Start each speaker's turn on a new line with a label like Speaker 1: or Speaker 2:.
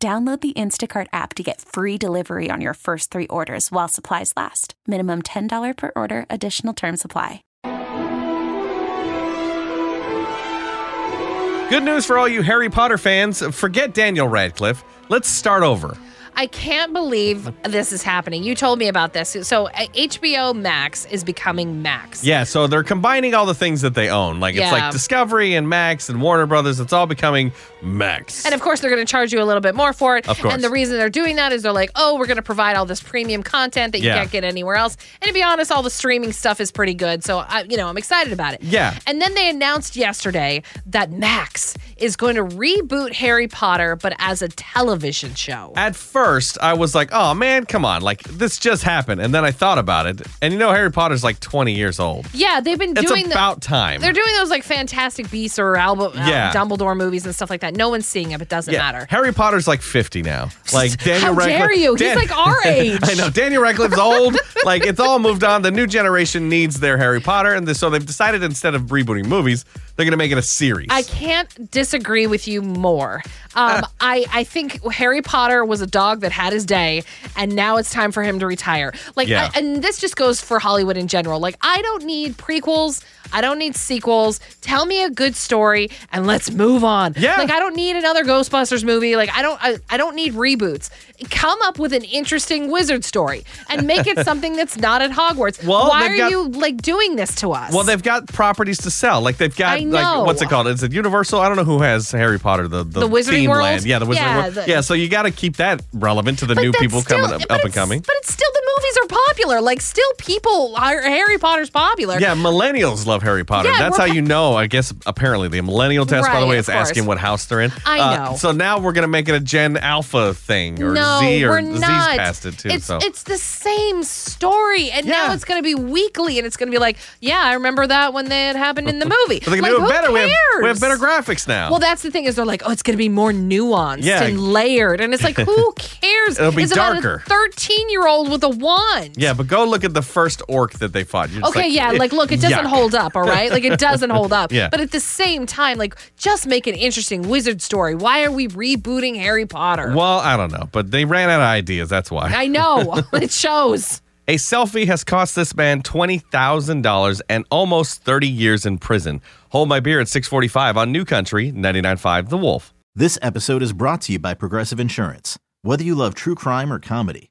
Speaker 1: Download the Instacart app to get free delivery on your first three orders while supplies last. Minimum $10 per order, additional term supply.
Speaker 2: Good news for all you Harry Potter fans. Forget Daniel Radcliffe. Let's start over.
Speaker 3: I can't believe this is happening. You told me about this. So uh, HBO Max is becoming Max.
Speaker 2: Yeah, so they're combining all the things that they own. Like it's
Speaker 3: Yeah.
Speaker 2: like Discovery and Max and Warner Brothers. It's all becoming Max.
Speaker 3: And of course, they're going to charge you a little bit more for it.
Speaker 2: Of course.
Speaker 3: And the reason they're doing that is they're like, oh, we're going to provide all this premium content that you
Speaker 2: Yeah.
Speaker 3: can't get anywhere else. And to be honest, all the streaming stuff is pretty good. So, I, you know, I'm excited about it.
Speaker 2: Yeah.
Speaker 3: And then they announced yesterday that Max is going to reboot Harry Potter, but as a television show.
Speaker 2: At first, I was like, oh man, come on. Like this just happened. And then I thought about it. And you know, Harry Potter's like 20 years old.
Speaker 3: yeah, they've been
Speaker 2: It's
Speaker 3: doing the-
Speaker 2: about time.
Speaker 3: They're doing those like Fantastic Beasts or album, uh,
Speaker 2: Yeah.
Speaker 3: Dumbledore movies and stuff like that. No one's seeing it, but it doesn't
Speaker 2: yeah.
Speaker 3: matter.
Speaker 2: Harry Potter's like 50 now. Like Daniel
Speaker 3: How
Speaker 2: Radcliffe.
Speaker 3: dare you? He's like our age.
Speaker 2: I know. Daniel Radcliffe's old. like it's all moved on. The new generation needs their Harry Potter. And so they've decided instead of rebooting movies, they're going to make it a series.
Speaker 3: I can't disagree with you more. Um, I, I think Harry Potter was a dog that had his day, and now it's time for him to retire. Like,
Speaker 2: Yeah.
Speaker 3: I- and this just goes for Hollywood in general. Like, I don't need prequels. I don't need sequels. Tell me a good story and let's move on.
Speaker 2: Yeah.
Speaker 3: Like I don't need another Ghostbusters movie. Like I don't I, I don't need reboots. Come up with an interesting wizard story and make it something that's not at Hogwarts.
Speaker 2: Well,
Speaker 3: Why
Speaker 2: they've
Speaker 3: are
Speaker 2: got-
Speaker 3: you like doing this to us?
Speaker 2: Well, they've got properties to sell. Like they've got
Speaker 3: I
Speaker 2: like
Speaker 3: know.
Speaker 2: what's it called? Is it Universal? I don't know who has Harry Potter. The the,
Speaker 3: The Wizarding
Speaker 2: theme
Speaker 3: World?
Speaker 2: land. Yeah, the Wizarding
Speaker 3: Yeah,
Speaker 2: World.
Speaker 3: the-
Speaker 2: yeah, so you got to keep that relevant to the new
Speaker 3: that's
Speaker 2: people
Speaker 3: still-
Speaker 2: coming up,
Speaker 3: but
Speaker 2: up and
Speaker 3: it's-
Speaker 2: coming.
Speaker 3: But it's still the movies are popular. Like still people are Harry Potter's popular.
Speaker 2: Yeah, millennials love Harry Potter.
Speaker 3: Yeah,
Speaker 2: That's how
Speaker 3: we're-
Speaker 2: you know. I guess apparently the millennial test, by the
Speaker 3: Right,
Speaker 2: way,
Speaker 3: of
Speaker 2: is asking
Speaker 3: course.
Speaker 2: what house they're in.
Speaker 3: I
Speaker 2: Uh,
Speaker 3: know.
Speaker 2: so now we're gonna make it a Gen Alpha thing or
Speaker 3: no,
Speaker 2: Z or
Speaker 3: we're
Speaker 2: Z's
Speaker 3: not.
Speaker 2: past it too.
Speaker 3: It's
Speaker 2: so
Speaker 3: it's the same story, and
Speaker 2: Yeah.
Speaker 3: now it's going to be weekly, and it's going to be like, yeah, I remember that when that happened in the movie.
Speaker 2: but they're gonna
Speaker 3: Like,
Speaker 2: do it
Speaker 3: who
Speaker 2: better. We have we have
Speaker 3: cares?
Speaker 2: better graphics now.
Speaker 3: Well, that's the thing is they're like, oh, it's going to be more nuanced
Speaker 2: Yeah.
Speaker 3: and layered, and it's like, who cares?
Speaker 2: It'll be
Speaker 3: it's
Speaker 2: darker.
Speaker 3: About a Thirteen-year-old with a wand.
Speaker 2: yeah, but go look at the first orc that they fought. You're just
Speaker 3: Okay, yeah, like look, it doesn't
Speaker 2: eh, yuck.
Speaker 3: hold up, all right? Like it doesn't hold up.
Speaker 2: Yeah.
Speaker 3: But at the same time, like just make an interesting wizard story. Why are we rebooting Harry Potter?
Speaker 2: Well, I don't know, but they ran out of ideas. That's why.
Speaker 3: I know. it shows.
Speaker 2: A selfie has cost this man $20,000 and almost 30 years in prison. Hold my beer at 645 on New Country 99.5 The Wolf.
Speaker 4: This episode is brought to you by Progressive Insurance. Whether you love true crime or comedy,